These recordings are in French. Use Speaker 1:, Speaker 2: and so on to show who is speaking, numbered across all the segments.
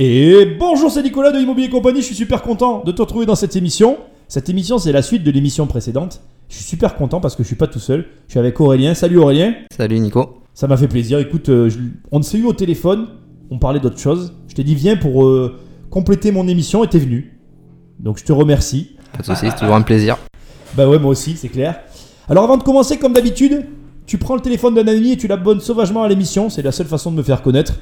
Speaker 1: Et bonjour, c'est Nicolas de Immobilier Compagnie. Je suis super content de te retrouver dans cette émission. Cette émission, c'est la suite de l'émission précédente. Je suis super content parce que je suis pas tout seul. Je suis avec Aurélien. Salut Aurélien.
Speaker 2: Salut Nico.
Speaker 1: Ça m'a fait plaisir. Écoute, euh, je- on s'est eu au téléphone. On parlait d'autre chose. Je t'ai dit viens pour euh, compléter mon émission et t'es venu. Donc je te remercie.
Speaker 2: Pas de soucis, c'est toujours un plaisir.
Speaker 1: Bah ouais, moi aussi, c'est clair. Alors avant de commencer, comme d'habitude, tu prends le téléphone d'un ami et tu l'abonnes sauvagement à l'émission. C'est la seule façon de me faire connaître.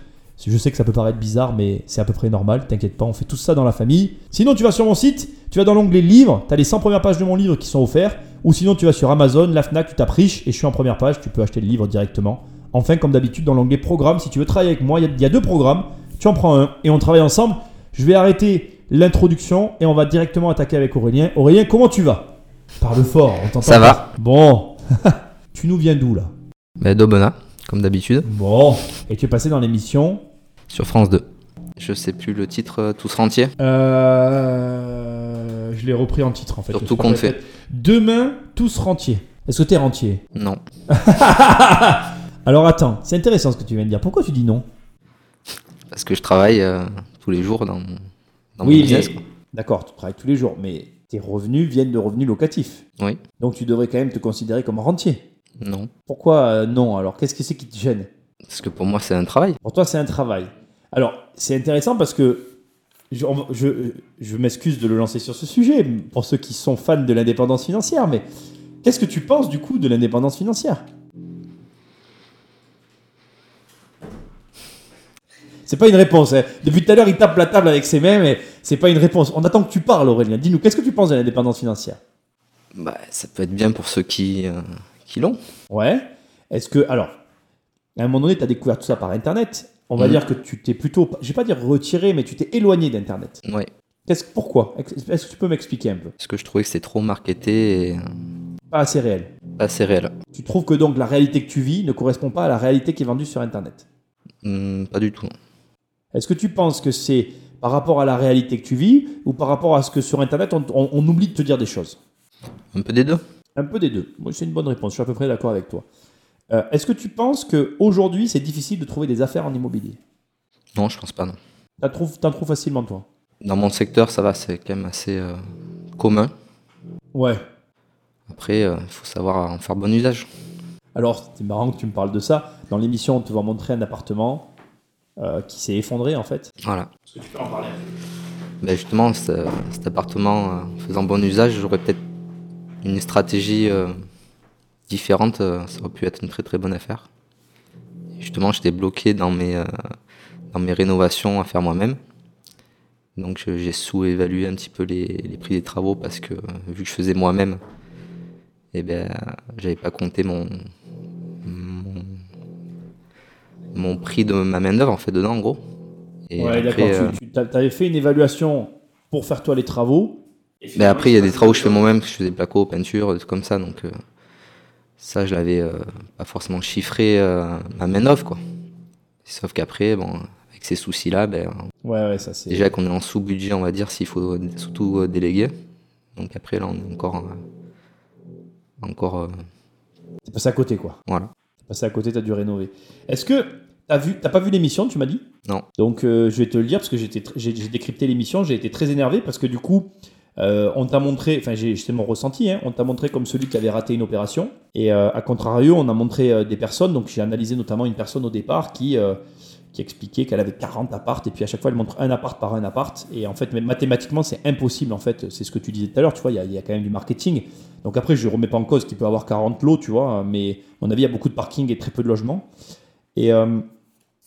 Speaker 1: Je sais que ça peut paraître bizarre, mais c'est à peu près normal. T'inquiète pas, on fait tout ça dans la famille. Sinon, tu vas sur mon site, tu vas dans l'onglet livres, t'as les 100 premières pages de mon livre qui sont offerts. Ou sinon, tu vas sur Amazon, la Fnac, tu tapes riche et je suis en première page, tu peux acheter le livre directement. Enfin, comme d'habitude, dans l'onglet programme, si tu veux travailler avec moi, il y a- il y, a deux programmes. Tu en prends un et on travaille ensemble. Je vais arrêter l'introduction et on va directement attaquer avec Aurélien. Aurélien, comment tu vas Parle fort, on t'entend.
Speaker 2: Ça va.
Speaker 1: Bon. tu nous viens d'où là
Speaker 2: Ben, D'Aubenas, comme d'habitude,
Speaker 1: Bon. Et tu es passé dans l'émission
Speaker 2: sur France 2. Je sais plus le titre, euh, tous rentiers.
Speaker 1: Euh, je l'ai repris en titre en fait.
Speaker 2: Sur
Speaker 1: Je
Speaker 2: tout
Speaker 1: le
Speaker 2: compte
Speaker 1: répète. Demain, tous rentiers. Est-ce que t'es rentier
Speaker 2: Non.
Speaker 1: Alors attends, c'est intéressant ce que tu viens de dire. Pourquoi tu dis non
Speaker 2: Parce que je travaille euh, tous les jours dans, mon- dans
Speaker 1: Oui,
Speaker 2: mon business.
Speaker 1: mais-
Speaker 2: quoi.
Speaker 1: D'accord, tu travailles tous les jours, mais tes revenus viennent de revenus locatifs.
Speaker 2: Oui.
Speaker 1: Donc tu devrais quand même te considérer comme rentier.
Speaker 2: Non.
Speaker 1: Pourquoi euh, non Alors qu'est-ce que c'est qui te gêne
Speaker 2: Parce que pour moi, c'est un travail.
Speaker 1: Pour toi, c'est un travail. Alors, c'est intéressant parce que je, on- je- je m'excuse de le lancer sur ce sujet pour ceux qui sont fans de l'indépendance financière, mais qu'est-ce que tu penses du coup de l'indépendance financière C'est pas une réponse. hein. Depuis tout à l'heure, il tape la table avec ses mains, mais c'est pas une réponse. On attend que tu parles, Aurélien. Dis-nous, qu'est-ce que tu penses de l'indépendance financière
Speaker 2: Bah, ça peut être bien pour ceux qui, euh, qui l'ont.
Speaker 1: Ouais. Est-ce que. Alors, à un moment donné, tu as découvert tout ça par Internet. On va
Speaker 2: Mhm.
Speaker 1: dire que tu t'es plutôt. Je vais pas dire retiré, mais tu t'es éloigné d'Internet.
Speaker 2: Ouais.
Speaker 1: Qu'est-ce, pourquoi Est-ce que tu peux m'expliquer un peu
Speaker 2: Parce que je trouvais que c'est trop marketé et euh,
Speaker 1: Pas assez réel.
Speaker 2: pas assez réel.
Speaker 1: Tu trouves que donc la réalité que tu vis ne correspond pas à la réalité qui est vendue sur Internet.
Speaker 2: Hmm, pas du tout.
Speaker 1: Est-ce que tu penses que c'est par rapport à la réalité que tu vis ou par rapport à ce que sur Internet on, on- on oublie de te dire des choses
Speaker 2: Un peu des deux.
Speaker 1: Un peu des deux. Moi, c'est une bonne réponse. Je suis à peu près d'accord avec toi. Euh, est-ce que tu penses que aujourd'hui c'est difficile de trouver des affaires en immobilier
Speaker 2: Non, je pense pas. Non.
Speaker 1: T'en trouves, t'en trouves facilement toi
Speaker 2: Dans mon secteur, ça va, c'est quand même assez euh, commun.
Speaker 1: Ouais.
Speaker 2: Après, euh, il faut savoir en faire bon usage.
Speaker 1: Alors, c'est marrant que tu me parles de ça. Dans l'émission, on te va montrer un appartement euh, qui s'est effondré en fait.
Speaker 2: Voilà.
Speaker 1: Est-ce que tu peux en parler
Speaker 2: Ben justement, ce- cet appartement, euh, en faisant bon usage, j'aurais peut-être une stratégie euh, différente. euh, Ça aurait pu être une très très bonne affaire. Et Justement, j'étais bloqué dans mes, euh, dans mes rénovations à faire moi-même. Donc je- j'ai sous-évalué un petit peu les, les prix des travaux parce que euh, vu que je faisais moi-même, eh ben, j'avais pas compté mon, mon, mon prix de ma main-d'œuvre en fait dedans en gros. Et
Speaker 1: Ouais,
Speaker 2: après, euh,
Speaker 1: d'accord. Tu, avais fait une évaluation pour faire toi les travaux.
Speaker 2: Mais Ben après, il y a des travaux que je fais moi-même, je fais des placos, peintures, des trucs comme ça. Donc, euh, ça, je l'avais euh, pas forcément chiffré euh, ma main-d'œuvre, quoi. Sauf qu'après, bon, avec ces soucis-là, ben,
Speaker 1: Ouais, ouais, ça c'est.
Speaker 2: déjà qu'on est en sous-budget, on va dire, s'il faut euh, surtout euh, déléguer. Donc, après, là, on est encore. euh, encore. euh,
Speaker 1: T'es passé à côté quoi.
Speaker 2: voilà.
Speaker 1: T'es passé à côté, t'as dû rénover. Est-ce que t'as vu, t'as pas vu l'émission Tu m'as dit.
Speaker 2: Non.
Speaker 1: Donc euh, je vais te le dire parce que j'étais tr- j'ai j'ai décrypté l'émission, j'ai été très énervé parce que du coup. euh, on t'a montré, enfin j'ai- c'est mon ressenti, hein, on t'a montré comme celui qui avait raté une opération. Et euh, à contrario, on a montré euh, des personnes, donc j'ai analysé notamment une personne au départ qui, euh, qui expliquait qu'elle avait 40 appartes et puis à chaque fois elle montre un appart par un appart et en fait mais mathématiquement c'est impossible en fait c'est ce que tu disais tout à l'heure tu vois il y, a- il y a quand même du marketing donc après je remets pas en cause qu'il peut avoir 40 lots tu vois hein, mais à mon avis il y a beaucoup de parking et très peu de logements et euh,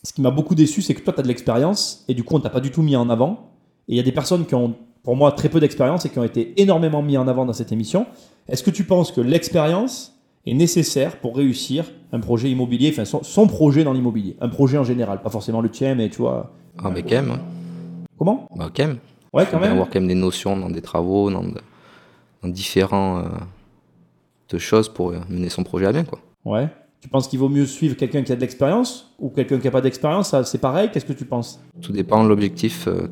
Speaker 1: ce qui m'a beaucoup déçu c'est que toi tu as de l'expérience et du coup on t'a pas du tout mis en avant et il y a des personnes qui ont pour moi très peu d'expérience et qui ont été énormément mis en avant dans cette émission est-ce que tu penses que l'expérience est nécessaire pour réussir un projet immobilier, enfin son, son projet dans l'immobilier, un projet en général, pas forcément le tien, mais tu vois.
Speaker 2: Ah, mais quand même. hein.
Speaker 1: Comment
Speaker 2: Bah, quand même.
Speaker 1: Ouais, quand
Speaker 2: Il faut bien
Speaker 1: même.
Speaker 2: avoir quand même des notions dans des travaux, dans, de- dans différents. euh, de choses pour euh, mener son projet à bien, quoi.
Speaker 1: Ouais. Tu penses qu'il vaut mieux suivre quelqu'un qui a de l'expérience ou quelqu'un qui n'a pas d'expérience Ça, C'est pareil, qu'est-ce que tu penses
Speaker 2: Tout dépend de l'objectif euh,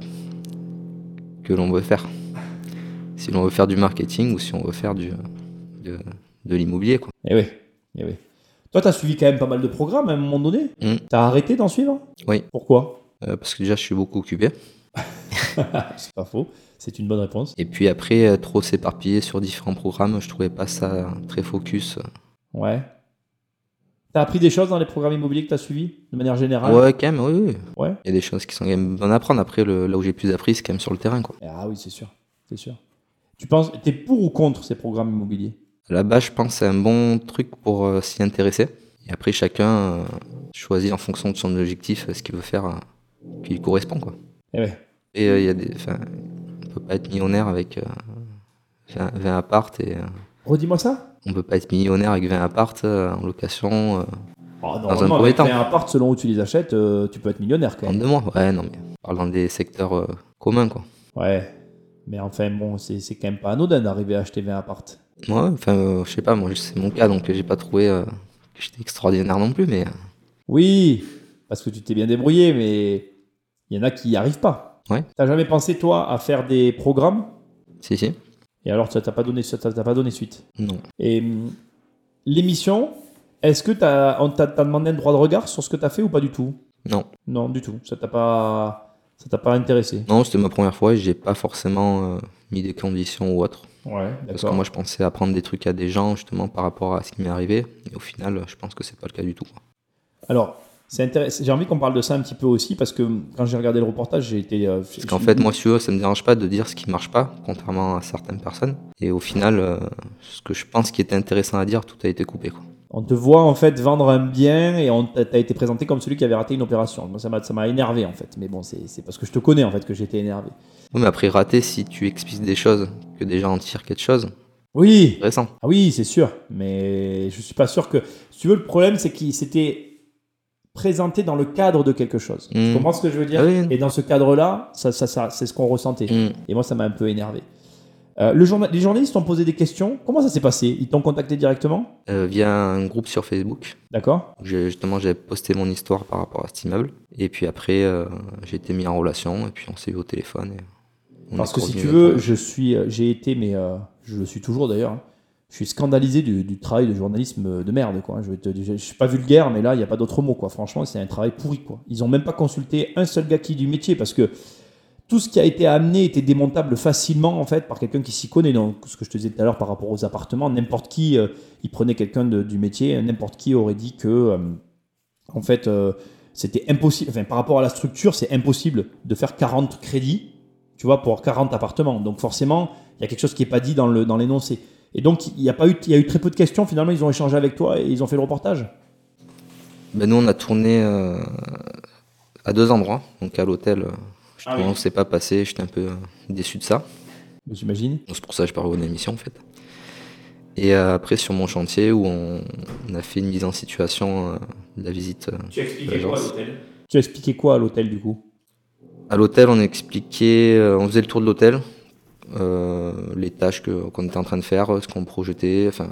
Speaker 2: que l'on veut faire. Si l'on veut faire du marketing ou si on veut faire du, de, de l'immobilier. quoi.
Speaker 1: Eh oui, eh oui. Toi, tu as suivi quand même pas mal de programmes à un moment donné.
Speaker 2: Mm.
Speaker 1: T'as arrêté d'en suivre
Speaker 2: Oui.
Speaker 1: Pourquoi Ah,
Speaker 2: Euh, parce que déjà, je suis beaucoup occupé.
Speaker 1: c'est pas faux, c'est une bonne réponse.
Speaker 2: Et puis après, euh, trop s'éparpiller sur différents programmes, je trouvais pas ça très focus.
Speaker 1: Ouais. T'as appris des choses dans les programmes immobiliers que t'as suivis, de manière générale
Speaker 2: Ouais, quand même, oui, oui.
Speaker 1: Ah Ouais.
Speaker 2: Il y a des choses qui sont quand même bonnes à apprendre. Après, le- là où j'ai plus appris, c'est quand même sur le terrain, quoi.
Speaker 1: Ah oui, c'est sûr, c'est sûr. Tu penses, t'es pour ou contre ces programmes immobiliers
Speaker 2: Là-bas, je pense que c'est un bon truc pour euh, s'y intéresser. Et après, chacun euh, choisit en fonction de son objectif euh, ce qu'il veut faire euh, qui lui correspond, quoi.
Speaker 1: Eh ouais.
Speaker 2: Et euh, il y a des. Enfin, on peut pas être millionnaire avec euh, 20, 20 apparts et. euh,
Speaker 1: Redis-moi ça
Speaker 2: on peut pas être millionnaire avec 20 apparts euh, en location euh,
Speaker 1: oh,
Speaker 2: Dans un
Speaker 1: non,
Speaker 2: premier
Speaker 1: avec
Speaker 2: temps.
Speaker 1: un appart, selon où tu les achètes, euh, tu peux être millionnaire quand
Speaker 2: en
Speaker 1: même.
Speaker 2: deux mois. Ouais, non, mais on parle dans des secteurs euh, communs, quoi.
Speaker 1: Ouais. Mais enfin, bon, c'est c'est quand même pas anodin d'arriver à acheter 20 appartes.
Speaker 2: Moi, enfin, euh, je sais pas, moi, c'est mon cas, donc euh, j'ai pas trouvé euh, que j'étais extraordinaire non plus, mais euh,
Speaker 1: Oui, parce que tu t'es bien débrouillé, mais il y en a qui n'y arrivent pas.
Speaker 2: Ouais.
Speaker 1: T'as jamais pensé, toi, à faire des programmes
Speaker 2: si, si.
Speaker 1: et alors ça t'a pas donné, ça t'a t'a pas donné suite.
Speaker 2: Non.
Speaker 1: Et hum, l'émission, est-ce que t'as, on t'a, t'as demandé un droit de regard sur ce que t'as fait ou pas du tout
Speaker 2: Non.
Speaker 1: Non, du tout. Ça t'a pas, ça t'a pas intéressé.
Speaker 2: Non, c'était ma première fois et j'ai pas forcément euh, mis des conditions ou autre.
Speaker 1: Ouais,
Speaker 2: Parce que
Speaker 1: d'accord.
Speaker 2: moi, je pensais apprendre des trucs à des gens, justement, par rapport à ce qui m'est arrivé. Et au final, euh, je pense que c'est pas le cas du tout. quoi.
Speaker 1: Alors, c'est intéressant. J'ai envie qu'on parle de ça un petit peu aussi parce que hum, quand j'ai regardé le reportage, j'ai été. euh,
Speaker 2: Parce qu'en fait, moi, si tu veux, ça me dérange pas de dire ce qui marche pas, contrairement à certaines personnes. Et au final, euh, ce que je pense qui était intéressant à dire, tout a été coupé, quoi.
Speaker 1: On te voit en fait vendre un bien et on t'a t'as été présenté comme celui qui avait raté une opération. Moi, ça m'a ça m'a énervé en fait. Mais bon, c'est c'est parce que je te connais en fait que j'étais énervé.
Speaker 2: Oui, mais après, raté, si tu expliques des choses, que des gens en tirent quelque chose,
Speaker 1: Oui,
Speaker 2: intéressant.
Speaker 1: ah oui, c'est sûr. Mais je suis pas sûr que. Si tu veux, le problème, c'est qu'il s'était présenté dans le cadre de quelque chose. Tu
Speaker 2: Mm.
Speaker 1: comprends ce que je veux dire
Speaker 2: Ah oui.
Speaker 1: Et dans ce cadre-là, ça, ça, ça, c'est ce qu'on ressentait.
Speaker 2: Hmm.
Speaker 1: Et moi, ça m'a un peu énervé. Euh, le journa- les journalistes ont posé des questions. Comment ça s'est passé Ils t'ont contacté directement
Speaker 2: Euh, via un groupe sur Facebook,
Speaker 1: D'accord
Speaker 2: j'ai- justement, j'avais posté mon histoire par rapport à cet immeuble. Et puis après, euh, j'ai été mis en relation, et puis on s'est eu au téléphone. et on
Speaker 1: Parce
Speaker 2: est
Speaker 1: que si
Speaker 2: convenu
Speaker 1: tu
Speaker 2: d'être-
Speaker 1: veux, je suis, euh, j'ai été, mais euh, je le suis toujours d'ailleurs. hein, Je suis scandalisé du, du travail de journalisme euh, de merde, quoi. Je, vais te, je, je suis pas vulgaire, mais là, il n'y a pas d'autre mot, quoi. Franchement, c'est un travail pourri, quoi. Ils ont même pas consulté un seul gars qui est du métier, parce que tout ce qui a été amené était démontable facilement, en fait, par quelqu'un qui s'y connaît. Donc, ce que je te disais tout à l'heure par rapport aux appartements, n'importe qui, euh, il prenait quelqu'un de- du métier, n'importe qui aurait dit que, euh, en fait, euh, c'était impossible. Enfin, par rapport à la structure, c'est impossible de faire 40 crédits tu vois, pour 40 appartements. Donc forcément, il y a quelque chose qui n'est pas dit dans le dans l'énoncé. Et donc, il y a pas eu, il y a eu très peu de questions. Finalement, ils ont échangé avec toi et ils ont fait le reportage.
Speaker 2: Ben, nous, on a tourné euh, à deux endroits, donc à l'hôtel. euh, Justement,
Speaker 1: Ah oui.
Speaker 2: on s'est pas passé, j'étais un peu euh, déçu de ça.
Speaker 1: J'imagine.
Speaker 2: Donc, C'est pour ça que je parle de l'émission, en fait. Et euh, après, sur mon chantier, où on, on a fait une mise en situation euh, de la visite. euh.
Speaker 1: Tu as expliqué
Speaker 2: quoi à
Speaker 1: l'hôtel Tu as expliqué quoi à l'hôtel du coup
Speaker 2: À l'hôtel, on expliquait, euh, on faisait le tour de l'hôtel, euh, les tâches que- qu'on était en train de faire, euh, ce qu'on projetait, enfin,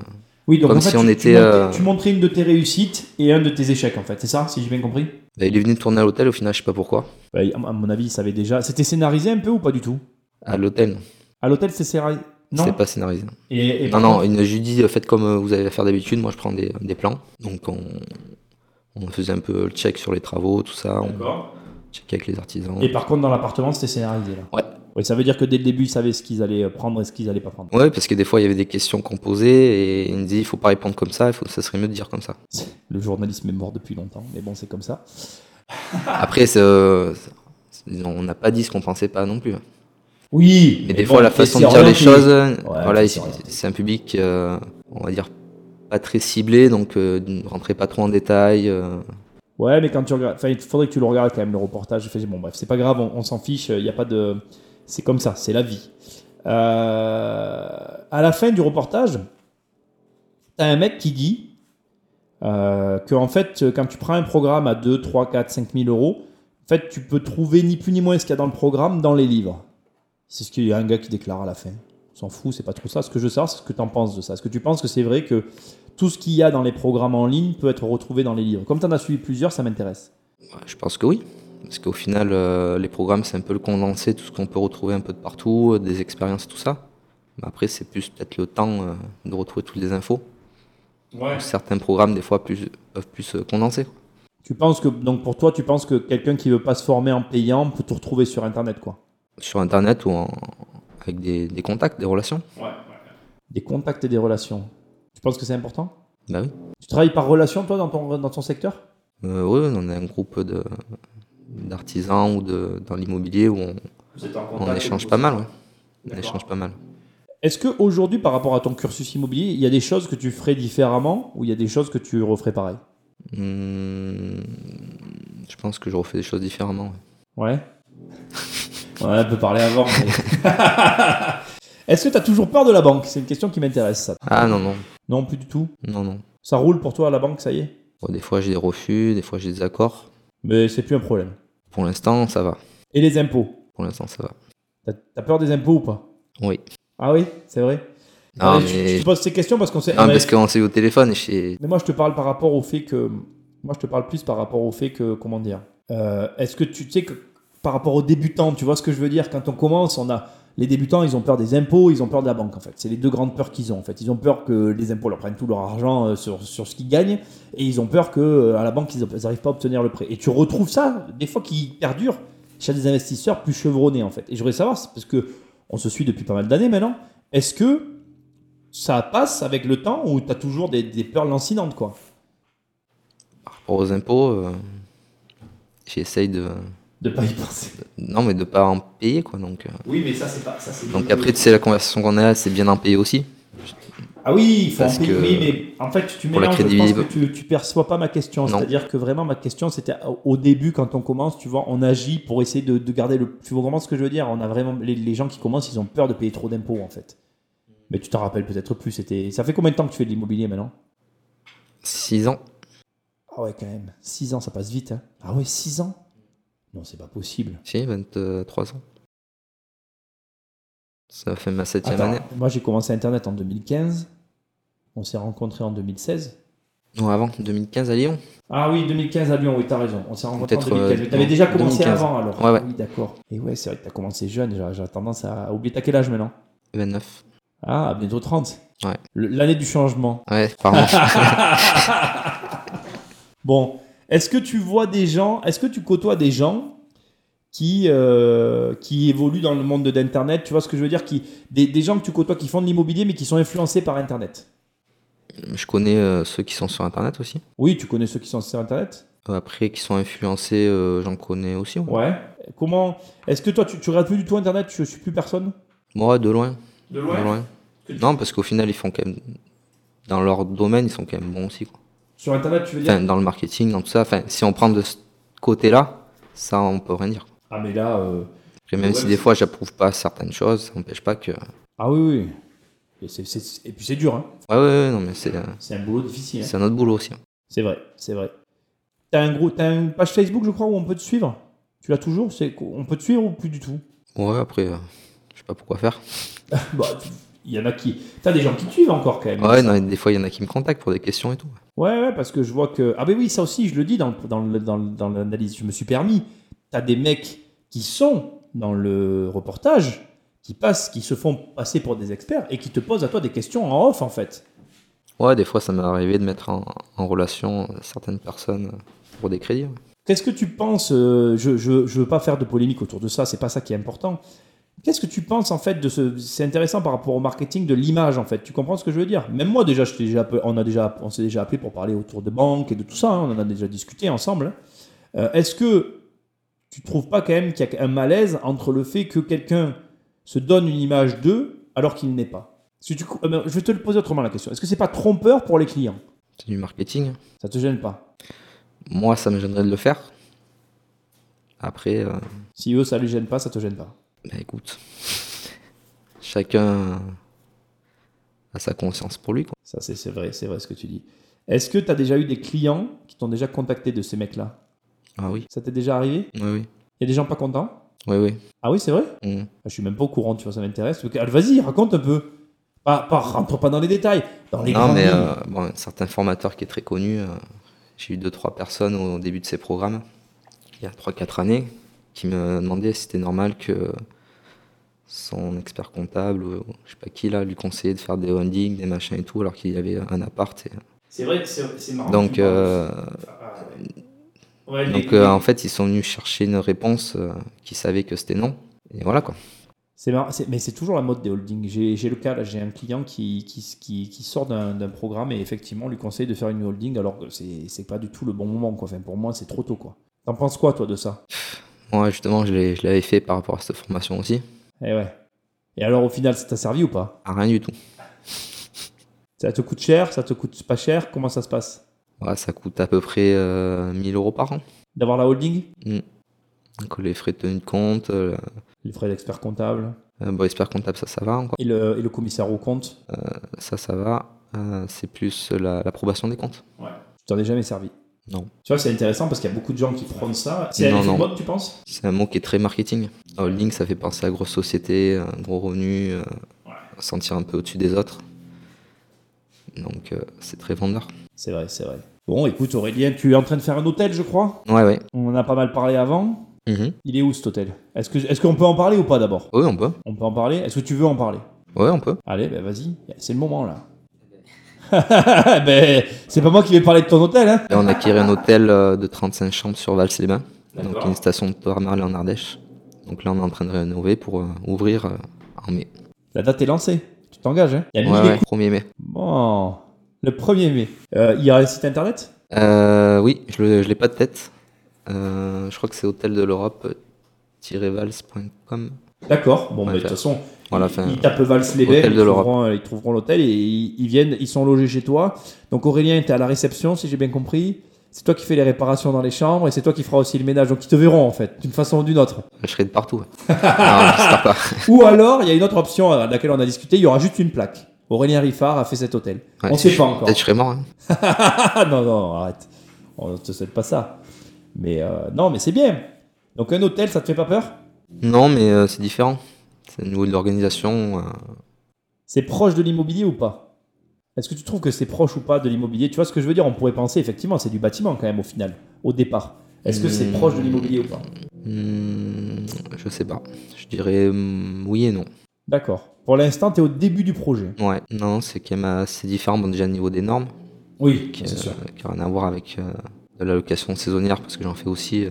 Speaker 1: Oui, donc
Speaker 2: Comme
Speaker 1: en fait,
Speaker 2: si
Speaker 1: tu,
Speaker 2: on
Speaker 1: tu
Speaker 2: était,
Speaker 1: montrais,
Speaker 2: euh,
Speaker 1: tu montrais une de tes réussites et un de tes échecs en fait. C'est ça, si j'ai bien compris
Speaker 2: Ben, il est venu tourner à l'hôtel, au final, je sais pas pourquoi.
Speaker 1: Bah, À à mon avis, ils savaient déjà. C'était scénarisé un peu ou pas du tout
Speaker 2: À l'hôtel,
Speaker 1: À l'hôtel, c'est scénarisé. Non.
Speaker 2: c'est pas scénarisé.
Speaker 1: Et, et
Speaker 2: Non,
Speaker 1: par
Speaker 2: non,
Speaker 1: contre-
Speaker 2: une, je lui dis, euh, faites comme euh, vous avez à faire d'habitude, moi je prends des, des plans. Donc on, on faisait un peu le check sur les travaux, tout ça, on
Speaker 1: D'accord.
Speaker 2: checkait avec les artisans.
Speaker 1: Et par contre, dans l'appartement, c'était scénarisé là.
Speaker 2: Ouais.
Speaker 1: Oui, ça veut dire que dès le début, ils savaient ce qu'ils allaient euh, prendre et ce qu'ils allaient pas prendre.
Speaker 2: Ouais, parce que des fois il y avait des questions qu'on posait et il me dit, il faut pas répondre comme ça, il faut, ça serait mieux de dire comme ça.
Speaker 1: Le journalisme est mort depuis longtemps, mais bon, c'est comme ça.
Speaker 2: Après, c'est, euh, c'est- on n'a pas dit ce qu'on pensait pas non plus.
Speaker 1: Oui,
Speaker 2: Mais, des fois, la façon de dire les choses, voilà,
Speaker 1: c'est
Speaker 2: il-
Speaker 1: orienté.
Speaker 2: c'est un public, euh, on va dire, pas très ciblé, donc euh, ne rentrez pas trop en détail. euh.
Speaker 1: Ouais, mais quand tu regardes, enfin, il faudrait que tu le regardes quand même le reportage. Enfin, Bon, bref, c'est pas grave, on, on s'en fiche. Il y a pas de, c'est comme ça, c'est la vie. Euh, À la fin du reportage, t'as un mec qui dit euh, que en fait, quand tu prends un programme à 2, 3, 4, 5 000 euros, en fait, tu peux trouver ni plus ni moins ce qu'il y a dans le programme dans les livres. C'est ce qu'il y a un gars qui déclare à la fin. On s'en fout, c'est pas trop ça. Ce que je veux savoir, c'est ce que tu en penses de ça. Est-ce que tu penses que c'est vrai que tout ce qu'il y a dans les programmes en ligne peut être retrouvé dans les livres Comme tu en as suivi plusieurs, ça m'intéresse.
Speaker 2: Ouais, Je pense que oui. Parce qu'au final, euh, les programmes, c'est un peu le condensé, tout ce qu'on peut retrouver un peu de partout, euh, des expériences, tout ça. Mais après, c'est plus peut-être le temps euh, de retrouver toutes les infos. Certains programmes, des fois, plus, peuvent plus euh, condenser.
Speaker 1: Tu penses que, donc pour toi, tu penses que quelqu'un qui veut pas se former en payant peut tout retrouver sur Internet, quoi
Speaker 2: Sur Internet ou en- avec des, des contacts, des relations.
Speaker 1: Des contacts et des relations. Tu penses que c'est important
Speaker 2: Bah oui.
Speaker 1: Tu travailles par relation, toi, dans ton, dans ton secteur
Speaker 2: Euh, oui, on a un groupe de d'artisans ou de dans l'immobilier où on, on échange pas mal. ouais. On
Speaker 1: D'accord.
Speaker 2: échange pas mal.
Speaker 1: Est-ce qu'aujourd'hui, par rapport à ton cursus immobilier, il y a des choses que tu ferais différemment ou il y a des choses que tu referais pareil
Speaker 2: Hmm, je pense que je refais des choses différemment. ouais.
Speaker 1: Ouais. On en a un peu parlé avant. mais- Est-ce que tu as toujours peur de la banque C'est une question qui m'intéresse, ça.
Speaker 2: Ah non, non,
Speaker 1: Non, plus du tout.
Speaker 2: non, non.
Speaker 1: Ça roule pour toi à la banque, ça y est
Speaker 2: Bon, des fois j'ai des refus, des fois j'ai des accords.
Speaker 1: Mais c'est plus un problème.
Speaker 2: Pour l'instant, ça va.
Speaker 1: Et les impôts
Speaker 2: Pour l'instant, ça va.
Speaker 1: T'as- T'as peur des impôts ou pas
Speaker 2: Oui.
Speaker 1: Ah oui, c'est vrai.
Speaker 2: Non,
Speaker 1: Ouais, je- je,
Speaker 2: mais...
Speaker 1: te pose ces questions parce qu'on sait.
Speaker 2: non,
Speaker 1: mais-
Speaker 2: Ah, parce qu'on s'est eu au téléphone et je-
Speaker 1: Mais moi, je te parle par rapport au fait que. Moi, je te parle plus par rapport au fait que. Comment dire Euh, Est-ce que tu sais que par rapport aux débutants, tu vois ce que je veux dire Quand on commence, on a. Les débutants, ils ont peur des impôts, ils ont peur de la banque, en fait. C'est les deux grandes peurs qu'ils ont, en fait. Ils ont peur que les impôts leur prennent tout leur argent euh, sur, sur ce qu'ils gagnent, et ils ont peur que euh, à la banque, ils n'arrivent pas à obtenir le prêt. Et tu retrouves ça, des fois, qui perdure chez des investisseurs plus chevronnés, en fait. Et je voudrais savoir, c'est parce que on se suit depuis pas mal d'années maintenant, est-ce que ça passe avec le temps ou t'as toujours des, des peurs lancinantes quoi
Speaker 2: par rapport aux impôts, euh, j'essaye de.
Speaker 1: de pas y penser
Speaker 2: Non, mais de pas en payer quoi. Donc, euh,
Speaker 1: oui mais ça c'est pas ça c'est
Speaker 2: donc après, tu sais, la conversation qu'on a, c'est bien d'en payer aussi.
Speaker 1: ah oui il faut
Speaker 2: parce
Speaker 1: en payer,
Speaker 2: que-
Speaker 1: oui, mais en fait tu
Speaker 2: pour la
Speaker 1: mélanges je pense que
Speaker 2: crédibilité-
Speaker 1: tu, tu perçois pas ma question
Speaker 2: Non.
Speaker 1: c'est à dire que vraiment ma question c'était au- au début quand on commence tu vois on agit pour essayer de, de garder le tu comprends ce que je veux dire on a vraiment les, les gens qui commencent ils ont peur de payer trop d'impôts en fait mais tu t'en rappelles peut-être plus c'était ça fait combien de temps que tu fais de l'immobilier maintenant
Speaker 2: 6 ans.
Speaker 1: ah ouais quand même 6 ans ça passe vite hein. ah ouais 6 ans non c'est pas possible
Speaker 2: Si, 23 ans. Ça fait ma septième
Speaker 1: Attends,
Speaker 2: année.
Speaker 1: Moi, j'ai commencé Internet en 2015. On s'est rencontrés en 2016.
Speaker 2: Non, avant, 2015 à Lyon.
Speaker 1: Ah oui, 2015 à Lyon, oui, t'as raison. On s'est rencontrés en
Speaker 2: Peut-être,
Speaker 1: 2015.
Speaker 2: euh,
Speaker 1: Mais t'avais déjà commencé
Speaker 2: 2015.
Speaker 1: avant alors.
Speaker 2: Ouais, ouais.
Speaker 1: Oui, d'accord. Et ouais, c'est vrai que t'as commencé jeune. J'ai- J'ai tendance à oublier. T'as quel âge maintenant
Speaker 2: 29.
Speaker 1: Ah, bientôt 30.
Speaker 2: Ouais.
Speaker 1: Le- L'année du changement.
Speaker 2: Ouais, pardon.
Speaker 1: Bon, est-ce que tu vois des gens, est-ce que tu côtoies des gens qui, euh, qui évoluent dans le monde de- d'Internet Tu vois ce que je veux dire qui, des, des gens que tu côtoies qui font de l'immobilier mais qui sont influencés par Internet.
Speaker 2: je connais euh, ceux qui sont sur Internet aussi.
Speaker 1: Oui, tu connais ceux qui sont sur Internet
Speaker 2: Euh, Après, qui sont influencés, euh, j'en connais aussi. ouais.
Speaker 1: Ouais. Comment Est-ce que toi, tu, tu regardes plus du tout Internet Je suis plus personne
Speaker 2: Moi, de loin.
Speaker 1: De
Speaker 2: de loin. Non, parce qu'au final, ils font quand même. Dans leur domaine, ils sont quand même bons aussi. Quoi.
Speaker 1: Sur Internet, tu veux dire
Speaker 2: Enfin, dans le marketing, dans tout ça. Enfin, si on prend de ce côté-là, ça, on peut rien dire.
Speaker 1: Ah, mais là. euh,
Speaker 2: Après, même
Speaker 1: Ouais,
Speaker 2: si
Speaker 1: mais
Speaker 2: des
Speaker 1: c'est-
Speaker 2: fois, j'approuve pas certaines choses, ça n'empêche pas que. Ouais,
Speaker 1: Ah oui, oui. Et, c'est- c'est- et puis c'est dur, hein.
Speaker 2: ouais, ouais, non, mais c'est, euh,
Speaker 1: C'est un boulot difficile. hein.
Speaker 2: c'est un autre boulot aussi.
Speaker 1: C'est vrai, c'est vrai. T'as un gros, t'as une page Facebook, je crois, où on peut te suivre. Tu l'as toujours C'est on peut te suivre ou plus du tout
Speaker 2: Ouais, après, euh, je sais pas pourquoi faire.
Speaker 1: Bah, il y en a qui. T'as des gens qui te suivent encore quand même.
Speaker 2: Ouais, non, et des fois, il y en a qui me contactent pour des questions et tout.
Speaker 1: Ouais, ouais, parce que je vois que. Ah, ben oui, ça aussi, je le dis dans, le- dans, le- dans, le- dans l'analyse, je me suis permis. T'as des mecs qui sont dans le reportage, qui passent, qui se font passer pour des experts et qui te posent à toi des questions en off, en fait.
Speaker 2: Ouais, des fois, ça m'est arrivé de mettre en, en relation euh, certaines personnes euh, pour des crédits. hein. ouais.
Speaker 1: Qu'est-ce que tu penses euh, Je je, je veux pas faire de polémique autour de ça, c'est pas ça qui est important. Qu'est-ce que tu penses en fait de ce C'est intéressant par rapport au marketing de l'image en fait. Tu comprends ce que je veux dire Même moi déjà, je t'ai déjà appelé- on a déjà, on s'est déjà appelé pour parler autour de banque et de tout ça. hein, on en a déjà discuté ensemble. Euh, Est-ce que tu trouves pas quand même qu'il y a un malaise entre le fait que quelqu'un se donne une image d'eux alors qu'il n'est pas Si tu cou- euh, je vais te le poser autrement la question. Est-ce que c'est pas trompeur pour les clients
Speaker 2: C'est du marketing.
Speaker 1: Ça te gêne pas
Speaker 2: Moi, ça me gênerait de le faire. Après, euh,
Speaker 1: Si eux ça les gêne pas, ça te gêne pas
Speaker 2: bah, écoute, chacun euh, a sa conscience pour lui. Quoi.
Speaker 1: Ça, c'est c'est vrai, c'est vrai ce que tu dis. Est-ce que tu as déjà eu des clients qui t'ont déjà contacté de ces mecs-là
Speaker 2: Ah oui,
Speaker 1: Ça t'est déjà arrivé
Speaker 2: oui, oui,
Speaker 1: Il y a des gens pas contents
Speaker 2: oui, oui.
Speaker 1: Ah oui, c'est vrai
Speaker 2: Mm.
Speaker 1: Je suis même pas au courant, tu vois, ça m'intéresse. Ok, alors Vas-y, raconte un peu. Pas, pas, rentre pas dans les détails, dans les
Speaker 2: Non,
Speaker 1: grandes
Speaker 2: mais
Speaker 1: lignes.
Speaker 2: euh, bon, un certain formateur qui est très connu, euh, j'ai eu deux, trois personnes au début de ses programmes, il y a 3-4 années, qui me demandaient si c'était normal que son expert comptable, ou je sais pas qui là, lui conseillait de faire des holdings, des machins et tout, alors qu'il y avait un appart. et-
Speaker 1: Ah, C'est vrai que c'est marrant.
Speaker 2: Donc, euh,
Speaker 1: Ouais,
Speaker 2: Donc
Speaker 1: les-
Speaker 2: euh, en fait, ils sont venus chercher une réponse euh, qui savait que c'était non. Et voilà quoi.
Speaker 1: C'est marrant, c'est- mais c'est toujours la mode des holdings. J'ai j'ai le cas, là, j'ai un client qui, qui, qui, qui sort d'un d'un programme et effectivement on lui conseille de faire une holding alors que c'est c'est pas du tout le bon moment. Quoi. Enfin, pour moi, c'est trop tôt. quoi. T'en penses quoi, toi, de ça
Speaker 2: Moi justement, je l'ai- je l'avais fait par rapport à cette formation aussi.
Speaker 1: Et Eh ouais. Et alors, au final, ça t'a servi ou pas
Speaker 2: Ah, rien du tout.
Speaker 1: Ça te coûte cher Ça te coûte pas cher Comment ça se passe
Speaker 2: Ouais, ça coûte à peu près euh, 1000 euros par an.
Speaker 1: D'avoir la holding
Speaker 2: Donc les frais de tenue de compte, euh,
Speaker 1: Les frais d'expert comptable
Speaker 2: euh, bon, expert comptable, ça, ça va encore.
Speaker 1: et le, et le commissaire au compte
Speaker 2: Ça, ça va. Euh, c'est plus la- l'approbation des comptes.
Speaker 1: Tu t'en es jamais servi
Speaker 2: Non.
Speaker 1: Tu vois, c'est intéressant parce qu'il y a beaucoup de gens qui prennent ça. C'est un
Speaker 2: Non,
Speaker 1: effet
Speaker 2: non.
Speaker 1: mode, tu penses
Speaker 2: C'est un mot qui est très marketing. Holding, ça fait penser à grosse société, un gros revenu, euh, sentir un peu au-dessus des autres. Donc euh, c'est très vendeur.
Speaker 1: C'est vrai, c'est vrai. Bon, écoute, Aurélien, tu es en train de faire un hôtel, je crois
Speaker 2: Ouais, ouais.
Speaker 1: On en a pas mal parlé avant.
Speaker 2: Mhm.
Speaker 1: Il est où cet hôtel Est-ce que est-ce qu'on peut en parler ou pas d'abord
Speaker 2: Oui, on peut.
Speaker 1: On peut en parler Est-ce que tu veux en parler
Speaker 2: Ouais, on peut.
Speaker 1: Allez, ben vas-y, c'est le moment là. ben, c'est pas moi qui vais parler de ton hôtel, hein
Speaker 2: Et on acquiert un hôtel euh, de 35 chambres sur val les bains donc
Speaker 1: D'accord.
Speaker 2: une station de Tormarle en Ardèche. Donc là, on est en train de rénover pour euh, ouvrir euh, en mai.
Speaker 1: La date est lancée. Tu t'engages, hein Il y a
Speaker 2: Ouais,
Speaker 1: mille
Speaker 2: ouais,
Speaker 1: décou-
Speaker 2: 1er mai.
Speaker 1: Bon, le 1er mai. Euh, il y a un site internet
Speaker 2: Euh, oui, je le- je l'ai pas de tête. Euh, je crois que c'est hôtel de l'Europe-vals.com.
Speaker 1: D'accord. Bon,
Speaker 2: Ouais,
Speaker 1: ben, de toute
Speaker 2: ça-
Speaker 1: façon,
Speaker 2: Voilà,
Speaker 1: ils,
Speaker 2: enfin,
Speaker 1: ils tapent Vals les
Speaker 2: hôtel
Speaker 1: ils,
Speaker 2: de l'Europe.
Speaker 1: trouveront- euh, ils trouveront l'hôtel et ils, ils viennent, ils sont logés chez toi. Donc Aurélien, était à la réception, si j'ai bien compris. C'est toi qui fais les réparations dans les chambres et c'est toi qui feras aussi le ménage. Donc ils te verront en fait, d'une façon ou d'une autre.
Speaker 2: Je serai de partout. ouais. non, j'espère pas.
Speaker 1: Ou alors, il y a une autre option à laquelle on a discuté, il y aura juste une plaque. Aurélien Riffard a fait cet hôtel.
Speaker 2: Ouais,
Speaker 1: on sait
Speaker 2: je-
Speaker 1: pas encore.
Speaker 2: Peut-être je serai mort. hein.
Speaker 1: Ah non, non, arrête. On ne te souhaite pas ça. Mais euh, non, mais c'est bien. Donc un hôtel, ça te fait pas peur
Speaker 2: Non, mais euh, c'est différent. C'est au niveau de l'organisation. euh,
Speaker 1: C'est proche de l'immobilier ou pas Est-ce que tu trouves que c'est proche ou pas de l'immobilier Tu vois ce que je veux dire On pourrait penser, effectivement, c'est du bâtiment quand même au final, au départ. Est-ce que c'est
Speaker 2: Hmm.
Speaker 1: proche de l'immobilier ou pas
Speaker 2: hmm, je sais pas. Je dirais hmm, oui et non.
Speaker 1: D'accord. Pour l'instant, tu es au début du projet.
Speaker 2: Ouais, non, c'est quand même assez différent. Bon, déjà au niveau des normes,
Speaker 1: Oui,
Speaker 2: qui euh, qui a rien à voir avec euh, de la location saisonnière, parce que j'en fais aussi, euh,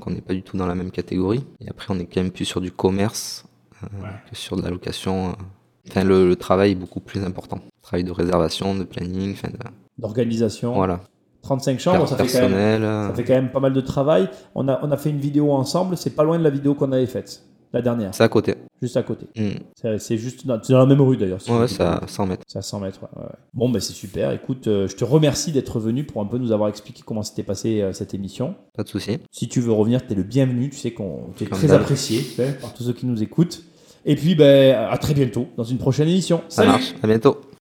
Speaker 2: qu'on n'est pas du tout dans la même catégorie. Et après, on est quand même plus sur du commerce euh, que sur de la location. euh. Enfin, le, le travail est beaucoup plus important. Travail de réservation, de planning, enfin, de-
Speaker 1: D'organisation.
Speaker 2: voilà.
Speaker 1: 35 chambres, ça fait, quand même,
Speaker 2: personnel. euh,
Speaker 1: ça fait quand même pas mal de travail. On a, on a fait une vidéo ensemble, c'est pas loin de la vidéo qu'on avait faite, la dernière,
Speaker 2: C'est à côté.
Speaker 1: juste à côté.
Speaker 2: Hmm.
Speaker 1: C'est c'est juste dans, c'est dans la même rue d'ailleurs. si
Speaker 2: Ouais,
Speaker 1: je
Speaker 2: ouais,
Speaker 1: dis
Speaker 2: ça, 100 mètres.
Speaker 1: C'est à 100 mètres. ouais, ouais, ouais. Bon, ben c'est super. Écoute, euh, je te remercie d'être venu pour un peu nous avoir expliqué comment s'était passée euh, cette émission.
Speaker 2: Pas de souci.
Speaker 1: Si tu veux revenir, t'es le bienvenu. Tu sais qu'on t'es
Speaker 2: Comme
Speaker 1: très
Speaker 2: d'hab.
Speaker 1: apprécié hein, par tous ceux qui nous écoutent. Et puis, ben, à très bientôt dans une prochaine émission.
Speaker 2: Ça
Speaker 1: Salut
Speaker 2: marche. À bientôt.